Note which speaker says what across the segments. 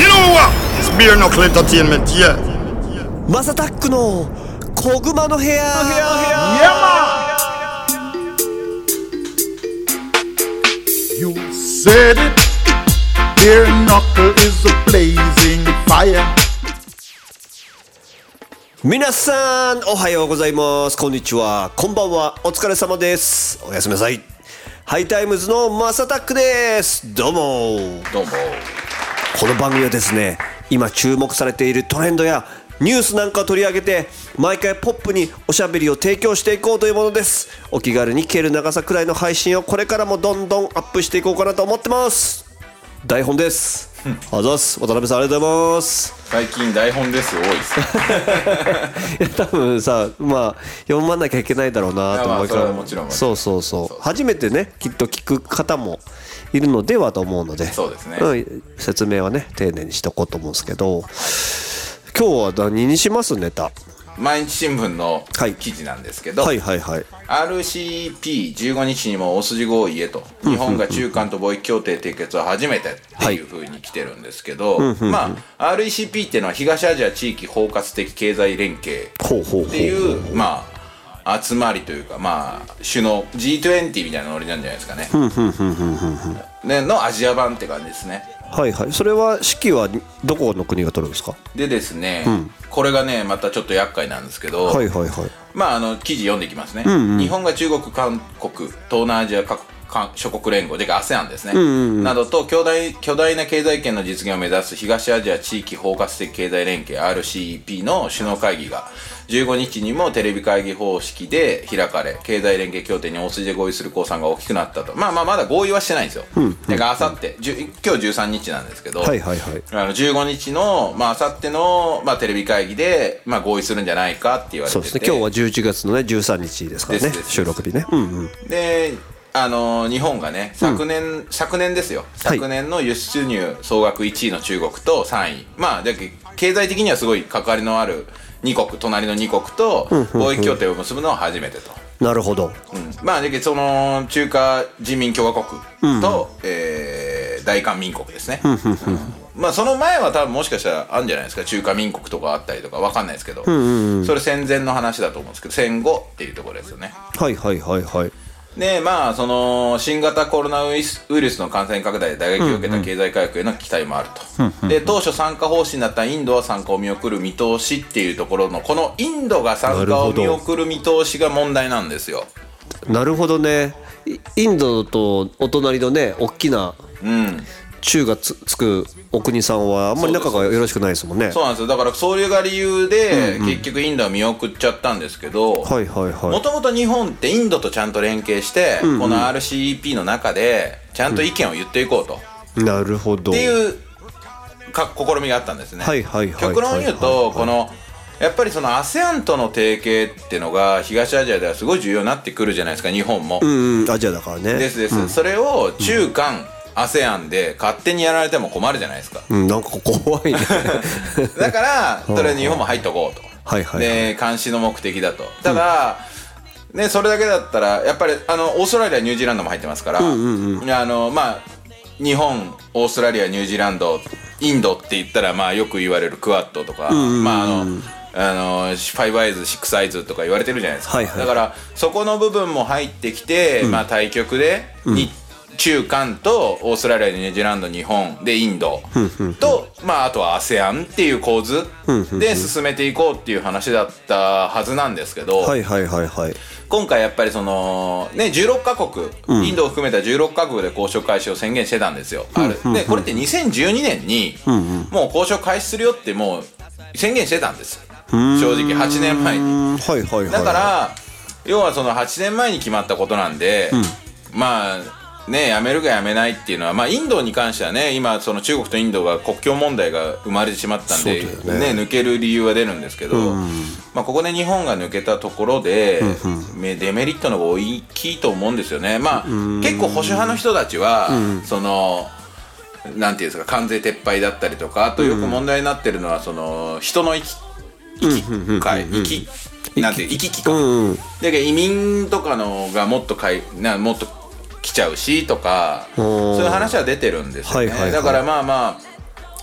Speaker 1: You know what? It's beer knuckle entertainment, yeah.
Speaker 2: マサタックの小熊の部屋
Speaker 3: You said it. Beer knuckle is a blazing fire.
Speaker 2: 皆さんおはようございますこんにちはこんばんはお疲れ様ですおやすみなさいハイタイムズのマサタックですどうも
Speaker 4: どうも
Speaker 2: この番組はですね今注目されているトレンドやニュースなんかを取り上げて毎回ポップにおしゃべりを提供していこうというものですお気軽に聞ける長さくらいの配信をこれからもどんどんアップしていこうかなと思ってます台本ですあざっす渡辺さんありがとうございます
Speaker 4: 最近台本です多いですね
Speaker 2: いや 多分さまあ読まなきゃいけないだろうなと思い
Speaker 4: いやまあそれはもちろん
Speaker 2: そうそうそう初めてねきっと聞く方もいるのではと思うので
Speaker 4: そうですね
Speaker 2: ん説明はね丁寧にしとこうと思うんですけど今日は何にしますネタ
Speaker 4: 毎日新聞の
Speaker 2: はい
Speaker 4: 記事なんですけど、
Speaker 2: はいはいはい
Speaker 4: RCP15 日にも大筋合意へと日本が中間と貿易協定締結を初めてっていうふうに来てるんですけど、まあ RCP っていうのは東アジア地域包括的経済連携
Speaker 2: ほうほうほう
Speaker 4: っていうまあ集まりというかまあ首脳 G20 みたいなノリなんじゃないですかね。ねのアジア版って感じですね。
Speaker 2: はいはいそれは指揮はどこの国が取るんですか
Speaker 4: でですね、これがねまたちょっと厄介なんですけど、
Speaker 2: はいはいはい
Speaker 4: まああの記事読んでいきますね、日本が中国韓国東南アジア各韓諸国連合で ASEAN ですね、などと巨大巨大な経済圏の実現を目指す東アジア地域包括的経済連携 RCEP の首脳会議が15日にもテレビ会議方式で開かれ経済連携協定に大筋で合意する公算が大きくなったとまあまあまだ合意はしてないんですよ、だからあさって今日13日なんですけど、
Speaker 2: はいはいはい
Speaker 4: あの15日の、まあ明後日の、まあ、テレビ会議で、まあ、合意するんじゃないかって言われて
Speaker 2: そ
Speaker 4: て
Speaker 2: うですね今日は11月のね13日ですからね
Speaker 4: ですです
Speaker 2: 収録日ねうんうん
Speaker 4: であのー日本がね昨年、昨年ですよ
Speaker 2: はい
Speaker 4: 昨年の輸出入総額1位の中国と3位まあだけ経済的にはすごい関わりのある2国隣の2国と貿易協定を結ぶのは初めてと、
Speaker 2: なるほど
Speaker 4: うんまあだけその中華人民共和国と、えー大韓民国ですね、うんまあその前は多分もしかしたらあるんじゃないですか中華民国とかあったりとかわかんないですけど、それ戦前の話だと思うんですけど戦後っていうところですよね
Speaker 2: はいはいはいはい
Speaker 4: でまあその新型コロナウイスウイルスの感染拡大で打撃を受けた経済回復への期待もあると、で当初参加方針だったインドは参加を見送る見通しっていうところのこのインドが参加を見送る見通しが問題なんですよ
Speaker 2: なるほどねイインドとお隣のね大きな
Speaker 4: うん
Speaker 2: 中がつつくお国さんはあんまり仲がよろしくないですもんね
Speaker 4: そうなんですよだからそれが理由で、結局インドは見送っちゃったんですけど、
Speaker 2: はいはい
Speaker 4: も
Speaker 2: は
Speaker 4: ともと日本ってインドとちゃんと連携して、この RCEP の中でちゃんと意見を言っていこうと、っ
Speaker 2: いなるほど
Speaker 4: ていうか試みがあったんですね、
Speaker 2: はいはいはいはい
Speaker 4: 極論を言うとこのやっぱりその ASEAN との提携っていうのが東アジアではすごい重要になってくるじゃないですか日本も、
Speaker 2: うんうんアジアだからね
Speaker 4: ですです、それを中韓 ASEAN で勝手にやられても困るじゃないですか
Speaker 2: うんなんか怖 いね
Speaker 4: だからそれに日本も入っとこうと
Speaker 2: はいはいはい
Speaker 4: で監視の目的だとただ、ね、それだけだったらやっぱりあのオーストラリアニュージーランドも入ってますから、あのまあ、日本オーストラリアニュージーランドインドって言ったら、まあ、よく言われるクワッドとか、まああのあの5アイズ6アイズとか言われてるじゃないですか、
Speaker 2: はいはい
Speaker 4: だからそこの部分も入ってきて、まあ、対局で、に中間とオーストラリアニュージーランド日本でインドと、まあ、あとは ASEAN っていう構図で進めていこうっていう話だったはずなんですけど、
Speaker 2: はいはいはいはい
Speaker 4: 今回やっぱりその、ね、16カ国、インドを含めた16カ国で交渉開始を宣言してたんですよ。あるでこれって2012年に、もう交渉開始するよってもう宣言してたんですよ正直8年前
Speaker 2: う
Speaker 4: に。
Speaker 2: んはいはいはい
Speaker 4: だから、要はその8年前に決まったことなんで、まあねやめるかやめないっていうのは、まあ、インドに関してはね今その中国とインドが国境問題が生まれてしまったんで、
Speaker 2: そうだよね
Speaker 4: ね抜ける理由は出るんですけど、まあ、ここで日本が抜けたところで、めデメリットの方が大きいと思うんですよね。まあ、結構保守派の人たちは、そのなんていうんですか関税撤廃だったりとかあとよく問題になってるのはその人の行き行き会行きなんていう行き来か、
Speaker 2: うんうん
Speaker 4: だけど移民とかのがもっとかいなもっと来ちゃうしとか
Speaker 2: おー
Speaker 4: そういう話は出てるんですよね、
Speaker 2: はいはいはい
Speaker 4: だからまあまあ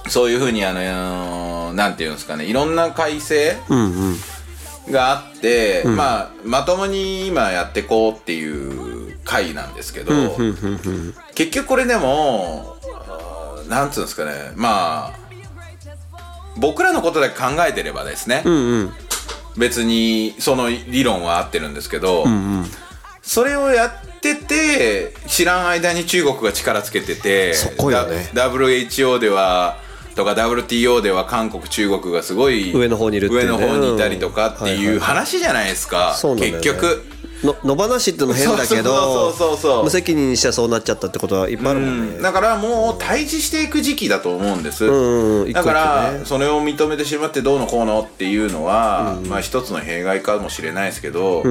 Speaker 4: そういうふうにあのーなんていうんですかねいろんな改正があって、まあ、まともに今やってこうっていう回なんですけど、結局これでもあーなんつうんですかねまあ僕らのことだけ考えてればですね、別にその理論は合ってるんですけど、それをやってて知らん間に中国が力つけてて
Speaker 2: そこよね
Speaker 4: だ WHO ではとか WTO では韓国中国がすごい
Speaker 2: 上の方にいるっていうね
Speaker 4: 上の方にいたりとかって
Speaker 2: うんはいはい
Speaker 4: い
Speaker 2: はいう
Speaker 4: 話じゃないですか、
Speaker 2: そうなんだよね
Speaker 4: 結局。
Speaker 2: の野放しってのも変だけど
Speaker 4: そうそうそうそうそう
Speaker 2: 無責任にしてそうなっちゃったってことはいっぱいあるもんね、
Speaker 4: だからもう退治していく時期だと思うんです、
Speaker 2: んうん一
Speaker 4: だか
Speaker 2: 個一個ね
Speaker 4: らそれを認めてしまってどうのこうのっていうのは、まあ一つの弊害かもしれないですけど、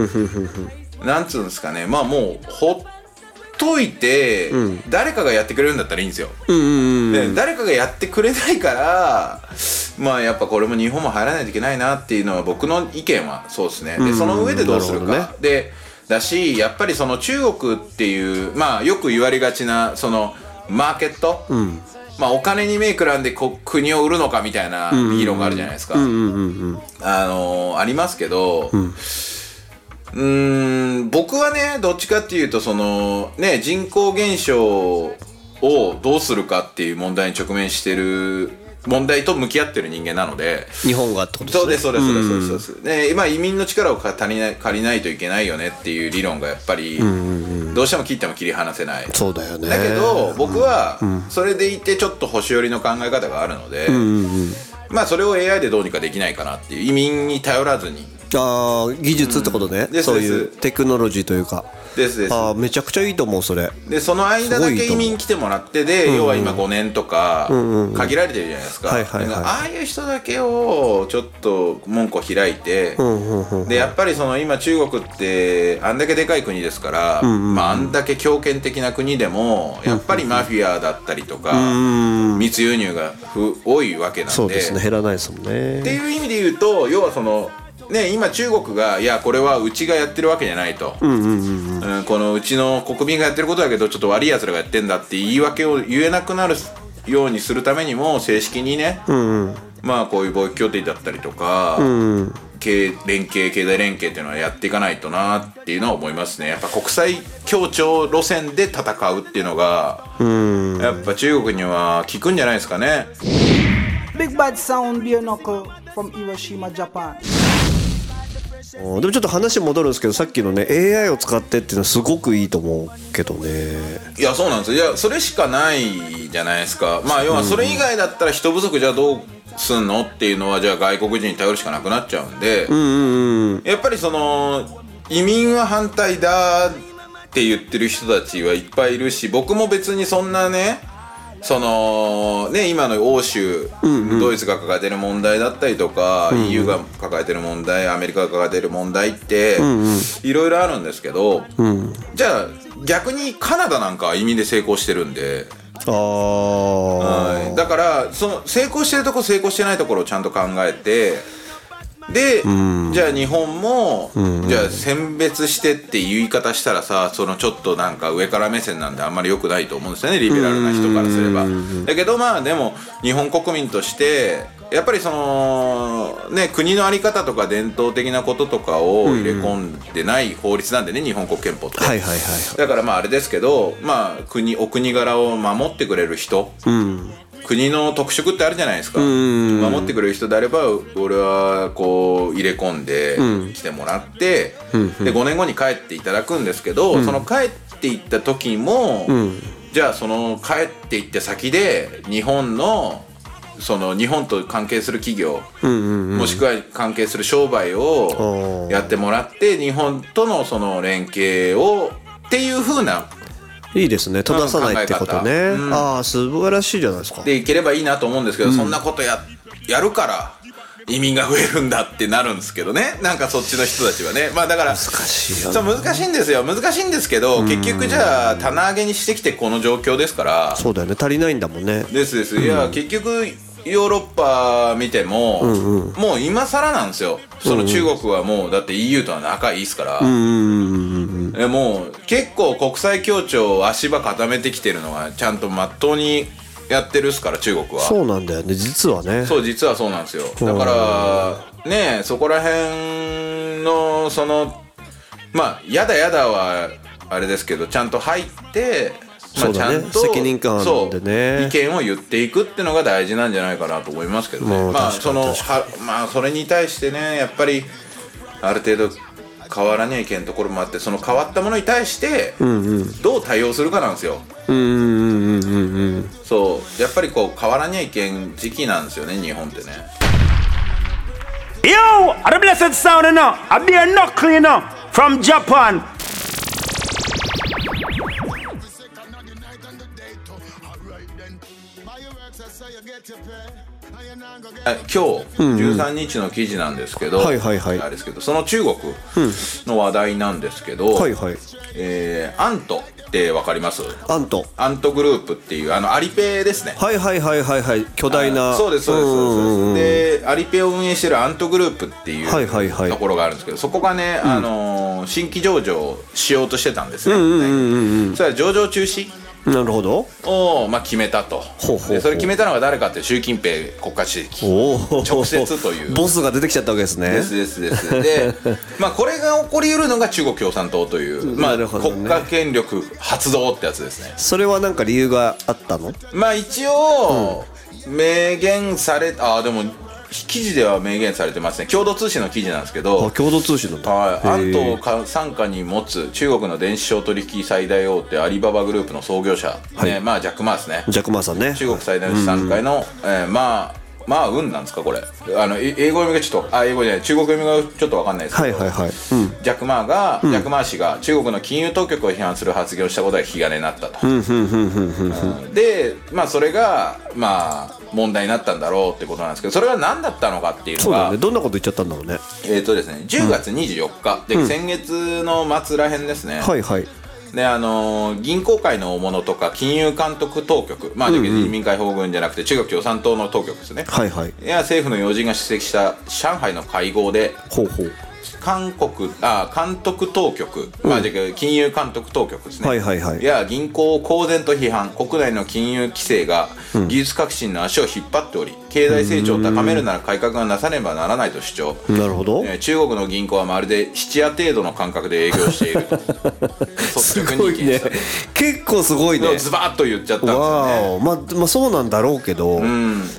Speaker 4: なんつうんですかねまあもうほっといて、誰かがやってくれるんだったらいいんですよ、で誰かがやってくれないからまあやっぱこれも日本も入らないといけないなっていうのは僕の意見はそうですねでその上でどうする
Speaker 2: なるほどね
Speaker 4: か、でだしやっぱりその中国っていうまあよく言われがちなそのマーケット、まあ、お金に目くらんでこ国を売るのかみたいな議論があるじゃないですか、あのーありますけど、うんうーん僕はねどっちかっていうとそのね人口減少をどうするかっていう問題に直面してる問題と向き合ってる人間なので
Speaker 2: 日本がってことですね
Speaker 4: そうですそうですそうですそうですそうですね今移民の力をか足りない借りないといけないよねっていう理論がやっぱりどうしても切っても切り離せない
Speaker 2: そうだよね
Speaker 4: だけど僕はそれでいてちょっと星寄りの考え方があるのでまあそれを AI でどうにかできないかなっていう移民に頼らずに
Speaker 2: あー技術ってことね、
Speaker 4: です
Speaker 2: そういう
Speaker 4: で
Speaker 2: テクノロジーというか
Speaker 4: ですです
Speaker 2: あーめちゃくちゃいいと思うそれ
Speaker 4: でその間だ
Speaker 2: すご
Speaker 4: け
Speaker 2: いと思
Speaker 4: 移
Speaker 2: う
Speaker 4: 民来てもらってで要は今5年とか限られてるじゃないですか
Speaker 2: はい
Speaker 4: だ
Speaker 2: は
Speaker 4: か
Speaker 2: いはい
Speaker 4: らああいう人だけをちょっと門戸開いてでやっぱりその今中国ってあんだけでかい国ですからまああんだけ強権的な国でもやっぱりマフィアだったりとか密輸入がふ多いわけな
Speaker 2: そ
Speaker 4: ん
Speaker 2: うですね減らないですもん
Speaker 4: って
Speaker 2: ね
Speaker 4: いう意味で言うと要はそのね今中国がいやこれはうちがやってるわけじゃないと、うんこのうちの国民がやってることだけどちょっと悪い奴らがやってんだって言い訳を言えなくなるようにするためにも正式にね、まあこういう貿易協定だったりとか、経連携経済連携っていうのはやっていかないとなっていうのは思いますねやっぱ国際協調路線で戦うっていうのが、やっぱ中国には効くんじゃないですかね。
Speaker 5: Big Bad Sound Beer Knuckle from Hiroshima, Japan.
Speaker 2: うんでもちょっと話戻るんですけどさっきのね AI を使ってっていうのはすごくいいと思うけどね
Speaker 4: いやそうなんですよいやそれしかないじゃないですかまあ要はそれ以外だったら人不足じゃあどうすんのっていうのはじゃあ外国人に頼るしかなくなっちゃうんで、やっぱりその移民は反対だって言ってる人たちはいっぱいいるし僕も別にそんなねそのね今の欧州、ドイツが抱えてる問題だったりとか、EU が抱えてる問題アメリカが抱えてる問題っていろいろあるんですけど、じゃあ逆にカナダなんかは移民で成功してるんで。
Speaker 2: ああ
Speaker 4: はい、だからその成功してるとこ成功してないところをちゃんと考えてで、じゃあ日本も、じゃあ選別してっていう言い方したらさそのちょっとなんか上から目線なんであんまり良くないと思うんですよねリベラルな人からすれば。だけどまあでも日本国民としてやっぱりそのね国の在り方とか伝統的なこととかを入れ込んでない法律なんでね日本国憲法って。
Speaker 2: はいはいはい
Speaker 4: だからまああれですけど、まあ、国お国柄を守ってくれる人、国の特色ってあるじゃないですか、守ってくれる人であれば俺はこう入れ込んで来てもらって、で5年後に帰っていただくんですけど、その帰っていった時も、じゃあその帰っていった先で日本のその日本と関係する企業、もしくは関係する商売をやってもらって日本とのその連携をっていう風ない
Speaker 2: いですね閉ざさないってことね、
Speaker 4: 考え方うん
Speaker 2: ああ素晴らしいじゃないですか
Speaker 4: でいければいいなと思うんですけど、そんなことややるから移民が増えるんだってなるんですけどねなんかそっちの人たちはねまあだから難
Speaker 2: しいよね
Speaker 4: そう難しいんですよ難しいんですけど結局じゃあ棚上げにしてきてこの状況ですから
Speaker 2: そうだよね足りないんだもんね
Speaker 4: ですです、いや結局ヨーロッパ見ても、もう今更なんですよその中国はもうだって EU とは仲いいですから、えもう結構国際協調を足場固めてきてるのはちゃんとまっとうにやってるっすから中国は
Speaker 2: そうなんだよね実はね
Speaker 4: そう実はそうなんですよだからねえそこら辺のそのまあ「やだやだ」はあれですけどちゃんと入って、ま
Speaker 2: そ
Speaker 4: あ、
Speaker 2: う
Speaker 4: ち
Speaker 2: だ
Speaker 4: ゃ
Speaker 2: ね
Speaker 4: んと
Speaker 2: 責任感
Speaker 4: そ
Speaker 2: で
Speaker 4: う
Speaker 2: ね
Speaker 4: 意見を言っていくっていうのが大事なんじゃないかなと思いますけど
Speaker 2: も
Speaker 4: ね
Speaker 2: う
Speaker 4: まあ
Speaker 2: 確か
Speaker 4: そ
Speaker 2: に
Speaker 4: の
Speaker 2: 確
Speaker 4: はまあそれに対してねやっぱりある程度変わらねえけんところもあってその変わったものに対してどう対応するかなんですよ、そうやっぱりこう変わらねえけん時期なんですよね日本ってね
Speaker 6: Yo, are the Oh, blessed sound you know? A beer knuckle you know? From Japan.
Speaker 4: あ今日13日の記事なんですけど、
Speaker 2: はいはいはい
Speaker 4: あれですけどその中国の話題なんですけど、
Speaker 2: はいはい
Speaker 4: えーアントってわかります
Speaker 2: アント
Speaker 4: アントグループっていうあのアリペイですね
Speaker 2: はいはいはいはいはい巨大な
Speaker 4: そうですそうです
Speaker 2: ん
Speaker 4: そうですでアリペイを運営してるアントグループっていう
Speaker 2: はいはいはい
Speaker 4: ところがあるんですけどそこがね、あのー新規上場しようとしてたんですね、それは上場中止
Speaker 2: なるほど
Speaker 4: を、まあ、決めたと
Speaker 2: ほうほうほう
Speaker 4: でそれ決めたのが誰かっていう習近平国家主席
Speaker 2: おお
Speaker 4: 直接という
Speaker 2: ボスが出てきちゃったわけですね
Speaker 4: ですですです でまあこれが起こりうるのが中国共産党という、まあ
Speaker 2: なるほどね
Speaker 4: 国家権力発動ってやつですね
Speaker 2: それはなんか理由があったの
Speaker 4: まあ一応、明言されあでも記事では明言されてますね共同通信の記事なんですけ
Speaker 2: あ
Speaker 4: ど
Speaker 2: 共同通信なんだ
Speaker 4: はい、安
Speaker 2: へ
Speaker 4: 藤
Speaker 2: え
Speaker 4: を傘下に持つ中国の電子商取引最大大手アリババグループの創業者、ねまあ、ジャック・マーですね
Speaker 2: ジャックマーさんね
Speaker 4: 中国最大の資産会の、えーまあまあ運なんですかこれあのい英語読みがちょっとあ英語じゃない中国読みがちょっと分かんないです
Speaker 2: は
Speaker 4: けど
Speaker 2: いはいはい、うん、
Speaker 4: ジャック・マーが、ジャック・マー氏が中国の金融当局を批判する発言をしたことが引き金になったと。うんで、まあ、それが、まあ、問題になったんだろうってことなんですけど、それは何だったのかっていう
Speaker 2: そ
Speaker 4: の
Speaker 2: うだ
Speaker 4: が
Speaker 2: よね、どんなこと言っちゃったんだろうね
Speaker 4: えっ、とですね、10月24日、で、先月の末らへんですね、
Speaker 2: はいはい
Speaker 4: で、あのー銀行界の大物とか、金融監督当局、まあ、人民解放軍じゃなくて、中国共産党の当局ですね。
Speaker 2: はいはい
Speaker 4: いや政府の要人が出席した上海の会合で、
Speaker 2: ほうほう
Speaker 4: 韓国あ監督当局、まあ、じゃあ金融監督当局ですね、
Speaker 2: はいはいはい
Speaker 4: や銀行を公然と批判国内の金融規制が技術革新の足を引っ張っており経済成長を高めるなら改革がなさねばならないと主張
Speaker 2: なるほど
Speaker 4: えー中国の銀行はまるで質屋程度の感覚で営業して いると率
Speaker 2: す
Speaker 4: 直
Speaker 2: ご
Speaker 4: に意
Speaker 2: い
Speaker 4: 見
Speaker 2: ね
Speaker 4: した
Speaker 2: 結構すごい
Speaker 4: のを
Speaker 2: ね
Speaker 4: ズバッと言っちゃったんですよね
Speaker 2: わおまあまあそうなんだろうけど、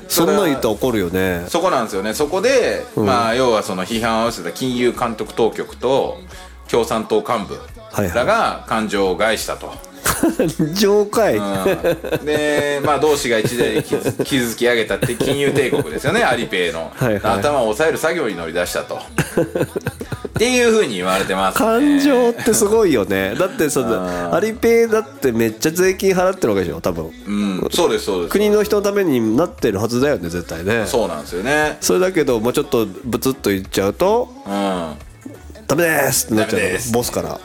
Speaker 2: そんなん言ったら怒るよね
Speaker 4: そこなんですよねそこで、まあ要はその批判を合わせた金融監督当局と共産党幹部
Speaker 2: いはい
Speaker 4: らが感情を害し たと、
Speaker 2: 上海、
Speaker 4: うんでまあ同志が一代 で築築き上げたって金融帝国ですよねアリペイの
Speaker 2: はいはい
Speaker 4: 頭を抑える作業に乗り出した とっていうふうに言われてます、ね、
Speaker 2: 感情ってすごいよねだってそのアリペイだってめっちゃ税金払ってるわけでしょ多分
Speaker 4: うんそうですそうです
Speaker 2: 国の人のためになってるはずだよね絶対ね
Speaker 4: そうなんですよね
Speaker 2: それだけどもうちょっとブツッと言っちゃうと
Speaker 4: うん
Speaker 2: 「ダメです!」ってなっちゃう
Speaker 4: ダメ
Speaker 2: の
Speaker 4: です
Speaker 2: ボスから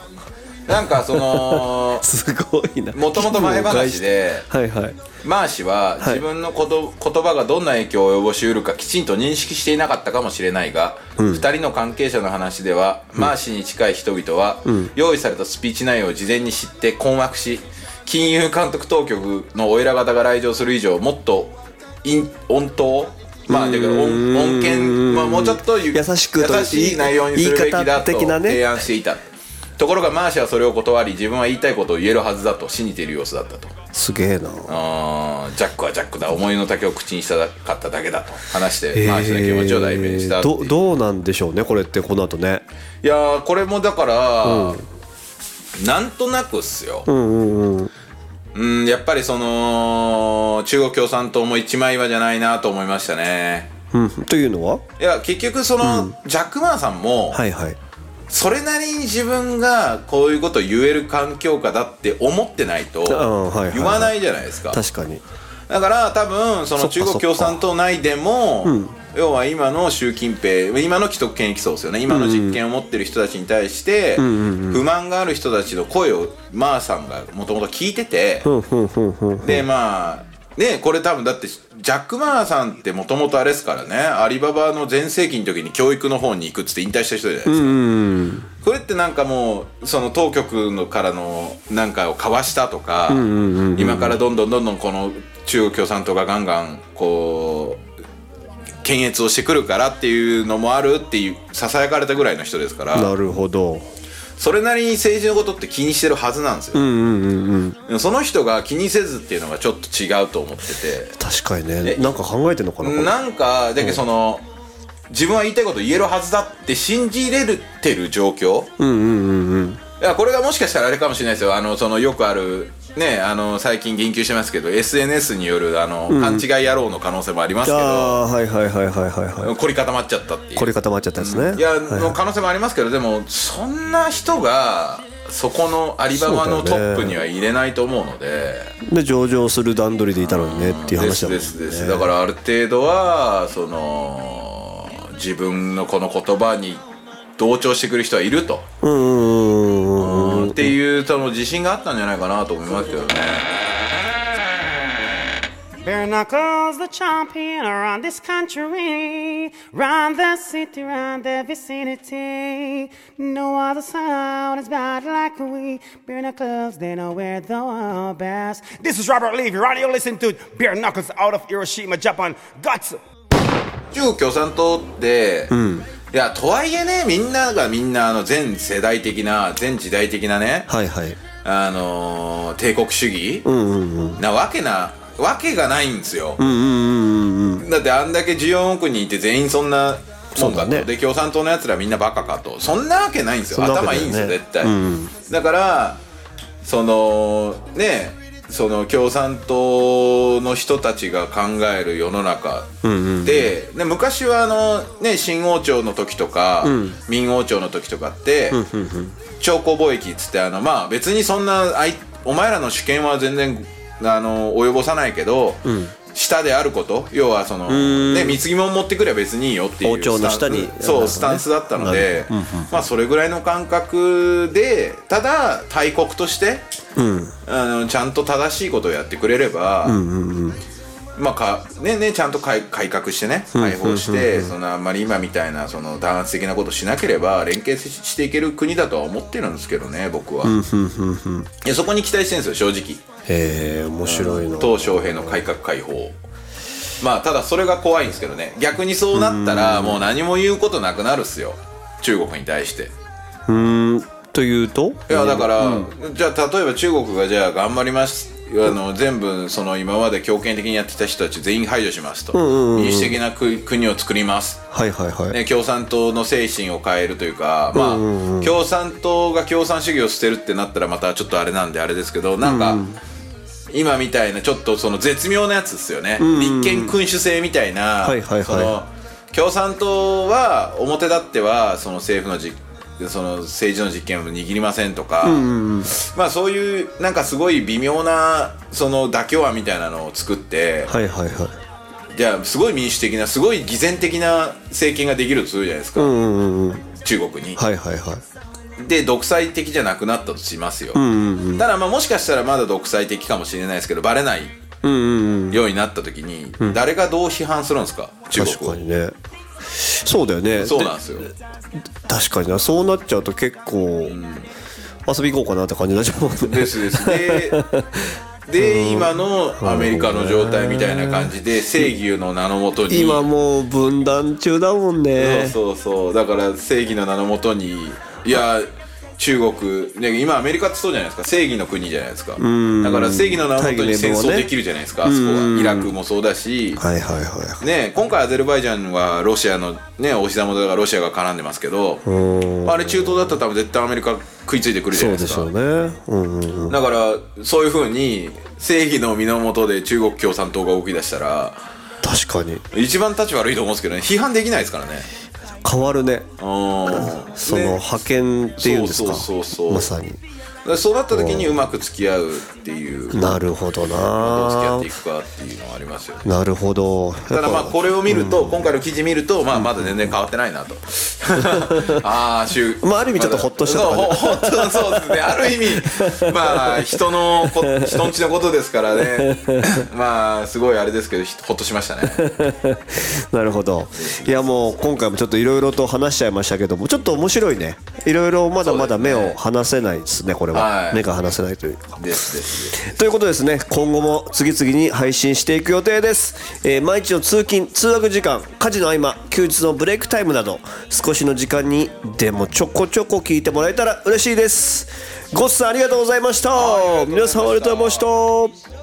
Speaker 4: なんか その
Speaker 2: すごいな
Speaker 4: もともと前話で
Speaker 2: はいはい
Speaker 4: マー氏
Speaker 2: は
Speaker 4: は
Speaker 2: い
Speaker 4: 自分のこと、言葉がどんな影響を及ぼしうるかきちんと認識していなかったかもしれないが、二2人の関係者の話では、マー氏に近い人々は、用意されたスピーチ内容を事前に知って困惑し金融監督当局のお偉方が来場する以上もっと陰音頭まあだけど音音権、まあ、もうちょっと優
Speaker 2: 優しくと
Speaker 4: 優しい内容にするべきだと
Speaker 2: 言い方的なね
Speaker 4: 提案していた。ところがマーシャはそれを断り自分は言いたいことを言えるはずだと信じている様子だったと
Speaker 2: すげえな
Speaker 4: あージャックはジャックだ思いの丈を口にしたかっただけだと話して、
Speaker 2: え
Speaker 4: マーシの気持ちを代弁した
Speaker 2: ー
Speaker 4: っていう
Speaker 2: どどうなんでしょうねこれってこの後ね
Speaker 4: いやーこれもだから、なんとなくっすよ、うんやっぱりその中国共産党も一枚岩じゃないなと思いましたね
Speaker 2: うんというのはい
Speaker 4: や結局その、ジャック・マーさんも、
Speaker 2: はいはい
Speaker 4: それなりに自分がこういうことを言える環境下だって思ってない
Speaker 2: ん
Speaker 4: と
Speaker 2: はいはいはい
Speaker 4: 言わないじゃないですか、
Speaker 2: 確かに
Speaker 4: だから多分そ
Speaker 2: そっ
Speaker 4: の
Speaker 2: か
Speaker 4: 中国共産党内でも、要は今の習近平今の既得権益層ですよね今の実権を持ってる人たちに対して、不満がある人たちの声をマーさんがもともと聞いてて、でまあねこれ多分だってジャック・マーさんってもともとあれですからねアリババの全盛期の時に教育の方に行くっつって引退した人じゃないですか、これってなんかもうその当局のからのなんかをかわしたとか、今からどんどんどんどんこの中国共産党がガンガンこう検閲をしてくるからっていうのもあるっていうささやかれたぐらいの人ですから
Speaker 2: なるほど
Speaker 4: それなりに政治のことって気にしてるはずなんですよ、でもその人が気にせずっていうのがちょっと違うと思ってて
Speaker 2: 確かにねなんか考えてんのかなこれ
Speaker 4: なんかだけどその、自分は言いたいこと言えるはずだって信じれてる状況、いやこれがもしかしたらあれかもしれないですよあのそのよくあるねあの最近言及してますけど SNS によるあの、勘違い野郎の可能性もありますけど
Speaker 2: ああーはいはいはいはいはいは
Speaker 4: 凝り固まっちゃったっていう
Speaker 2: い凝り固まっちゃったんですね、
Speaker 4: いや、
Speaker 2: はいはい
Speaker 4: の可能性もありますけどでもそんな人がそこのアリババの
Speaker 2: そうだ
Speaker 4: ト
Speaker 2: よね
Speaker 4: ップには入れないと思うので
Speaker 2: で上場する段取りでいたのにねっていう話
Speaker 4: で
Speaker 2: だ
Speaker 4: す
Speaker 2: もん
Speaker 4: で
Speaker 2: ね
Speaker 4: すですだからある程度はその自分のこの言葉に同調してくる人はいると、
Speaker 2: うんうんうんうんうん
Speaker 4: っていうその自信があったんじゃないかなと思いますけどね
Speaker 7: Bare knuckles, the champion around this country, round the city, round the vicinity. No other sound is bad like we. Bare knuckles, they know we're the best.
Speaker 8: This is Robert Levy. Right, you listen to Bare Knuckles out of Hiroshima, Japan. Guts.
Speaker 4: 中国共産党って、いやとはいえねみんながみんなあの全世代的な全時代的なね、
Speaker 2: はいはい
Speaker 4: あのー帝国主義、なわけなわけがないんですよ、だってあんだけ14億人いて全員そんなもんか
Speaker 2: そうだ
Speaker 4: と、
Speaker 2: ね
Speaker 4: で共産党のやつらみんなバカかとそんなわけないんですよ
Speaker 2: そんなわけな
Speaker 4: 頭
Speaker 2: い
Speaker 4: い
Speaker 2: よね
Speaker 4: いんですよ絶対、だからそのねその共産党の人たちが考える世の中で,、で昔はあの、ね、新王朝の時とか、民王朝の時とかって、朝貢貿易っつってあのまあ別にそんなあいお前らの主権は全然あの及ぼさないけど、下であること要はその、ね、貢ぎ物持ってくれば別にいいよっていう
Speaker 2: 王朝の
Speaker 4: スタン
Speaker 2: 下に
Speaker 4: そうスタンスだったので、まあそれぐらいの感覚でただ大国として、あのちゃんと正しいことをやってくれれば、まあかねねちゃんと改改革してね解放して、そのあんまり今みたいなその弾圧的なことしなければ連携ししていける国だとは思ってるんですけどね僕は、いやそこに期待してるんですよ正直
Speaker 2: へえ面白いな
Speaker 4: 鄧小平の改革開放まあただそれが怖いんですけどね逆にそうなったらもう何も言うことなくなるっすよ中国に対して
Speaker 2: というと
Speaker 4: いやだから、じゃあ例えば中国がじゃあ頑張りますあの全部その今まで強権的にやってた人たち全員排除しますと、民主的な国国を作ります
Speaker 2: はいはいはい、
Speaker 4: ね、共産党の精神を変えるというか、まあ共産党が共産主義を捨てるってなったらまたちょっとあれなんであれですけどなんか、今みたいなちょっとその絶妙なやつですよね、立憲君主制みたいな、
Speaker 2: はいはいはい
Speaker 4: その共産党は表立ってはその政府の実その政治の実権を握りませんとか、まあそういうなんかすごい微妙なその妥協案みたいなのを作って、
Speaker 2: はいはいはい
Speaker 4: じゃあすごい民主的なすごい偽善的な政権ができるとするじゃないですか、中国に、
Speaker 2: はいはいはい
Speaker 4: で独裁的じゃなくなったとしますよ、ただまあもしかしたらまだ独裁的かもしれないですけどバレないようになった時に、誰がどう批判するんですか中
Speaker 2: 確
Speaker 4: 国
Speaker 2: か
Speaker 4: を
Speaker 2: にねそうだよね
Speaker 4: そうなんですよ
Speaker 2: 確かになそうなっちゃうと結構、遊び行こうかなって感じになっちゃうもんね
Speaker 4: ですです でで今のアメリカの状態みたいな感じで正義の名のもとに
Speaker 2: 今もう分断中だもんね
Speaker 4: そうそうそうだから正義の名のもとにいや中国、ね、今アメリカってそうじゃないですか正義の国じゃないですかだから正義の名のもとに戦争できるじゃないですか、あそこはイラクもそうだし、
Speaker 2: はいはいはいはい
Speaker 4: ね、今回アゼルバイジャンはロシアのねお膝元だからロシアが絡んでますけどあれ中東だったら多分絶対アメリカ食いついてくるじゃ
Speaker 2: そ
Speaker 4: な
Speaker 2: う
Speaker 4: いで
Speaker 2: ですし
Speaker 4: か
Speaker 2: ょうねうんうん
Speaker 4: だからそういうふうに正義の源で中国共産党が動き出したら
Speaker 2: 確かに
Speaker 4: 一番立ち悪いと思うんですけどね批判できないですからね
Speaker 2: 変わるね
Speaker 4: うん
Speaker 2: その
Speaker 4: ね
Speaker 2: 派遣っていうんですか
Speaker 4: そうそうそうそう
Speaker 2: まさに
Speaker 4: でそうなった時にうまく付き合うっていうどう付
Speaker 2: なるほど
Speaker 4: き合っ
Speaker 2: な
Speaker 4: ていくかっていうのはありますよね
Speaker 2: なるほど
Speaker 4: ただまあこれを見ると今回の記事見るとまあまだ全然変わってないな とああ週
Speaker 2: まあある意味ちょっとほっとしたとかね
Speaker 4: そうほほっとそうですねある意味まあ人のこ人んちのことですか らねまあすごいあれですけどひほっとしましたね
Speaker 2: なるほどいやもう今回もちょっといろいろと話しちゃいましたけどもちょっと面白いねいろいろまだまだ目
Speaker 4: そうです
Speaker 2: を
Speaker 4: ね
Speaker 2: 離せないですね、これは
Speaker 4: は。い
Speaker 2: 目が離せないというか。
Speaker 4: ですです
Speaker 2: ということですね今後も次々に配信していく予定です、えー毎日の通勤通学時間家事の合間休日のブレイクタイムなど少しの時間にでもちょこちょこ聞いてもらえたら嬉しいですゴッツさんありがとうございました皆さんありがとうございました